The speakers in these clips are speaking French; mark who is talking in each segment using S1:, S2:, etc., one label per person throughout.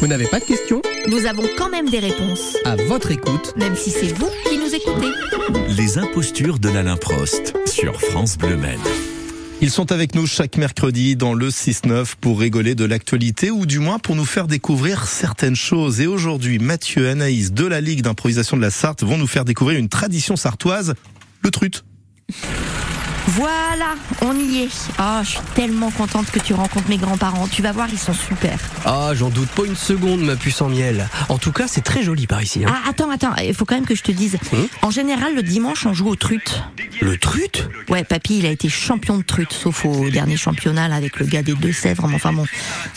S1: Vous n'avez pas de questions
S2: Nous avons quand même des réponses,
S1: À votre écoute.
S2: même si c'est vous qui nous écoutez.
S3: Les impostures de l'Alain Prost sur France Bleu Maine.
S4: Ils sont avec nous chaque mercredi dans le 6-9 pour rigoler de l'actualité ou du moins pour nous faire découvrir certaines choses. Et aujourd'hui, Mathieu et Anaïs de la Ligue d'improvisation de la Sarthe vont nous faire découvrir une tradition sartoise, le trut.
S2: Voilà, on y est. Ah, je suis tellement contente que tu rencontres mes grands-parents. Tu vas voir, ils sont super.
S5: Ah, j'en doute pas une seconde, ma puce en miel. En tout cas, c'est très joli par ici. hein.
S2: Ah, attends, attends, il faut quand même que je te dise.
S5: Hein
S2: En général, le dimanche, on joue aux truttes.
S5: Le trut
S2: Ouais, papy, il a été champion de truttes, sauf au dernier championnat là, avec le gars des Deux-Sèvres. Mais enfin bon,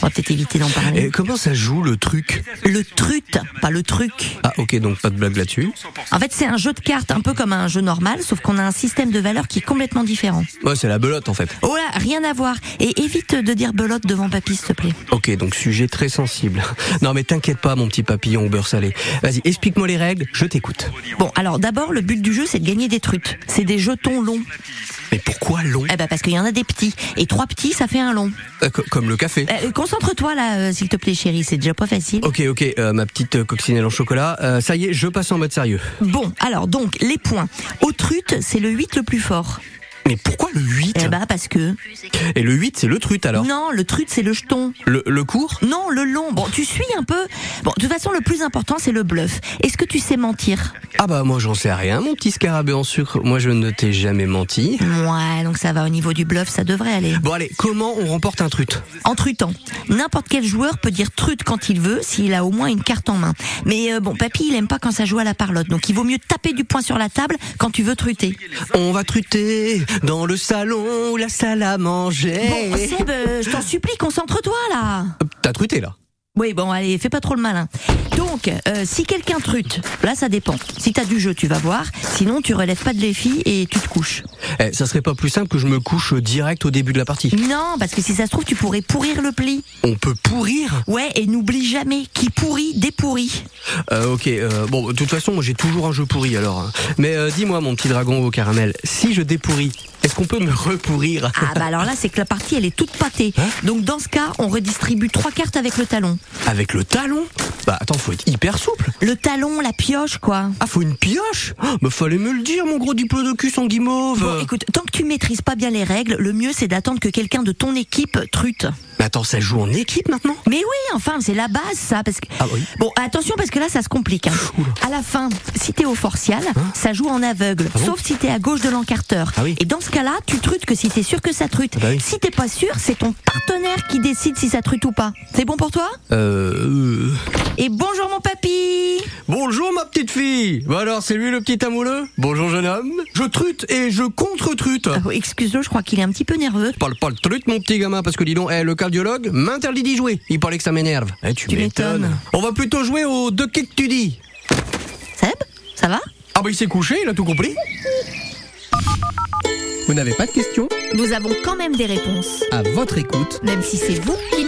S2: on va peut-être éviter d'en
S5: Et
S2: parler.
S5: comment ça joue le truc
S2: Le trut, pas le truc.
S5: Ah, ok, donc pas de blague là-dessus.
S2: En fait, c'est un jeu de cartes, un peu comme un jeu normal, sauf qu'on a un système de valeurs qui est complètement différent.
S5: Ouais, c'est la belote en fait.
S2: Oh là, rien à voir. Et évite de dire belote devant papy, s'il te plaît.
S5: Ok, donc sujet très sensible. Non, mais t'inquiète pas, mon petit papillon au beurre salé. Vas-y, explique-moi les règles, je t'écoute.
S2: Bon, alors d'abord, le but du jeu, c'est de gagner des trucs. C'est des jetons longs.
S5: Mais pourquoi long
S2: Eh ben, parce qu'il y en a des petits. Et trois petits, ça fait un long.
S5: Euh, co- Comme le café.
S2: Euh, Concentre-toi là, euh, s'il te plaît, chérie. C'est déjà pas facile.
S5: Ok, ok, euh, ma petite euh, coccinelle en chocolat. Euh, ça y est, je passe en mode sérieux.
S2: Bon, alors donc, les points. Au trut, c'est le 8 le plus fort.
S5: Mais pourquoi le 8
S2: Eh ben, Mm. parce que.
S5: Et le 8, c'est le trut alors
S2: Non, le trut, c'est le jeton.
S5: le, le cours
S2: Non, le long. Bon, tu suis un peu. Bon, de toute façon, le plus important, c'est le bluff. Est-ce que tu sais mentir
S5: Ah bah moi j'en sais rien, mon petit scarabée en sucre. Moi je ne t'ai jamais menti.
S2: Ouais, donc ça va au niveau du bluff, ça devrait aller.
S5: Bon allez, comment on remporte un trut
S2: En trutant. N'importe quel joueur peut dire trute quand il veut, s'il a au moins une carte en main. Mais euh, bon, papy, il aime pas quand ça joue à la parlotte, donc il vaut mieux taper du poing sur la table quand tu veux truter.
S5: On va truter dans le salon ou la salle à manger.
S2: Bon, Seb, euh, je t'en supplie, concentre-toi là
S5: Hop, T'as truté là
S2: Oui, bon, allez, fais pas trop le malin. Donc, euh, si quelqu'un trute, là, ça dépend. Si t'as du jeu, tu vas voir. Sinon, tu relèves pas de défi et tu te couches.
S5: Eh, ça serait pas plus simple que je me couche direct au début de la partie.
S2: Non, parce que si ça se trouve, tu pourrais pourrir le pli.
S5: On peut pourrir
S2: Ouais, et n'oublie jamais, qui pourrit, dépourrit.
S5: Euh, Ok, euh, bon, de toute façon, moi j'ai toujours un jeu pourri alors. hein. Mais euh, dis-moi, mon petit dragon au caramel, si je dépourris, est-ce qu'on peut me repourrir
S2: Ah bah alors là, c'est que la partie, elle est toute pâtée.
S5: Hein
S2: Donc dans ce cas, on redistribue trois cartes avec le talon.
S5: Avec le talon Bah attends, faut être hyper souple.
S2: Le talon, la pioche, quoi.
S5: Ah, faut une pioche oh, Bah fallait me le dire, mon gros diplodocus en guimauve
S2: Bon, écoute, tant que tu maîtrises pas bien les règles, le mieux c'est d'attendre que quelqu'un de ton équipe trute.
S5: Mais attends, ça joue en équipe maintenant
S2: Mais oui, enfin, c'est la base, ça, parce que...
S5: Ah oui.
S2: Bon, attention, parce que là, ça se complique. hein. À la fin, si t'es au forcial, ça joue en aveugle, sauf si t'es à gauche de l'encarteur.
S5: Hein Ah oui.
S2: Et dans ce cas-là, tu trutes que si t'es sûr que ça trute.
S5: Ah bah oui.
S2: Si t'es pas sûr, c'est ton partenaire qui décide si ça trute ou pas. C'est bon pour toi
S5: Euh... euh.
S2: Et bonjour mon papy
S5: Bonjour ma petite fille Bah alors, c'est lui le petit amoureux Bonjour jeune homme Je trute et je contre-trute
S2: Oh, Excuse-le, je crois qu'il est un petit peu nerveux.
S5: Parle pas le trut mon petit gamin parce que dis donc, eh, le cardiologue m'interdit d'y jouer. Il parlait que ça m'énerve. Eh, tu,
S2: Tu m'étonnes.
S5: On va plutôt jouer au de qui que tu dis.
S2: Seb, ça va
S5: Ah bah il s'est couché, il a tout compris.
S1: Vous n'avez pas de questions
S2: Nous avons quand même des réponses,
S1: À votre écoute.
S2: même si c'est vous qui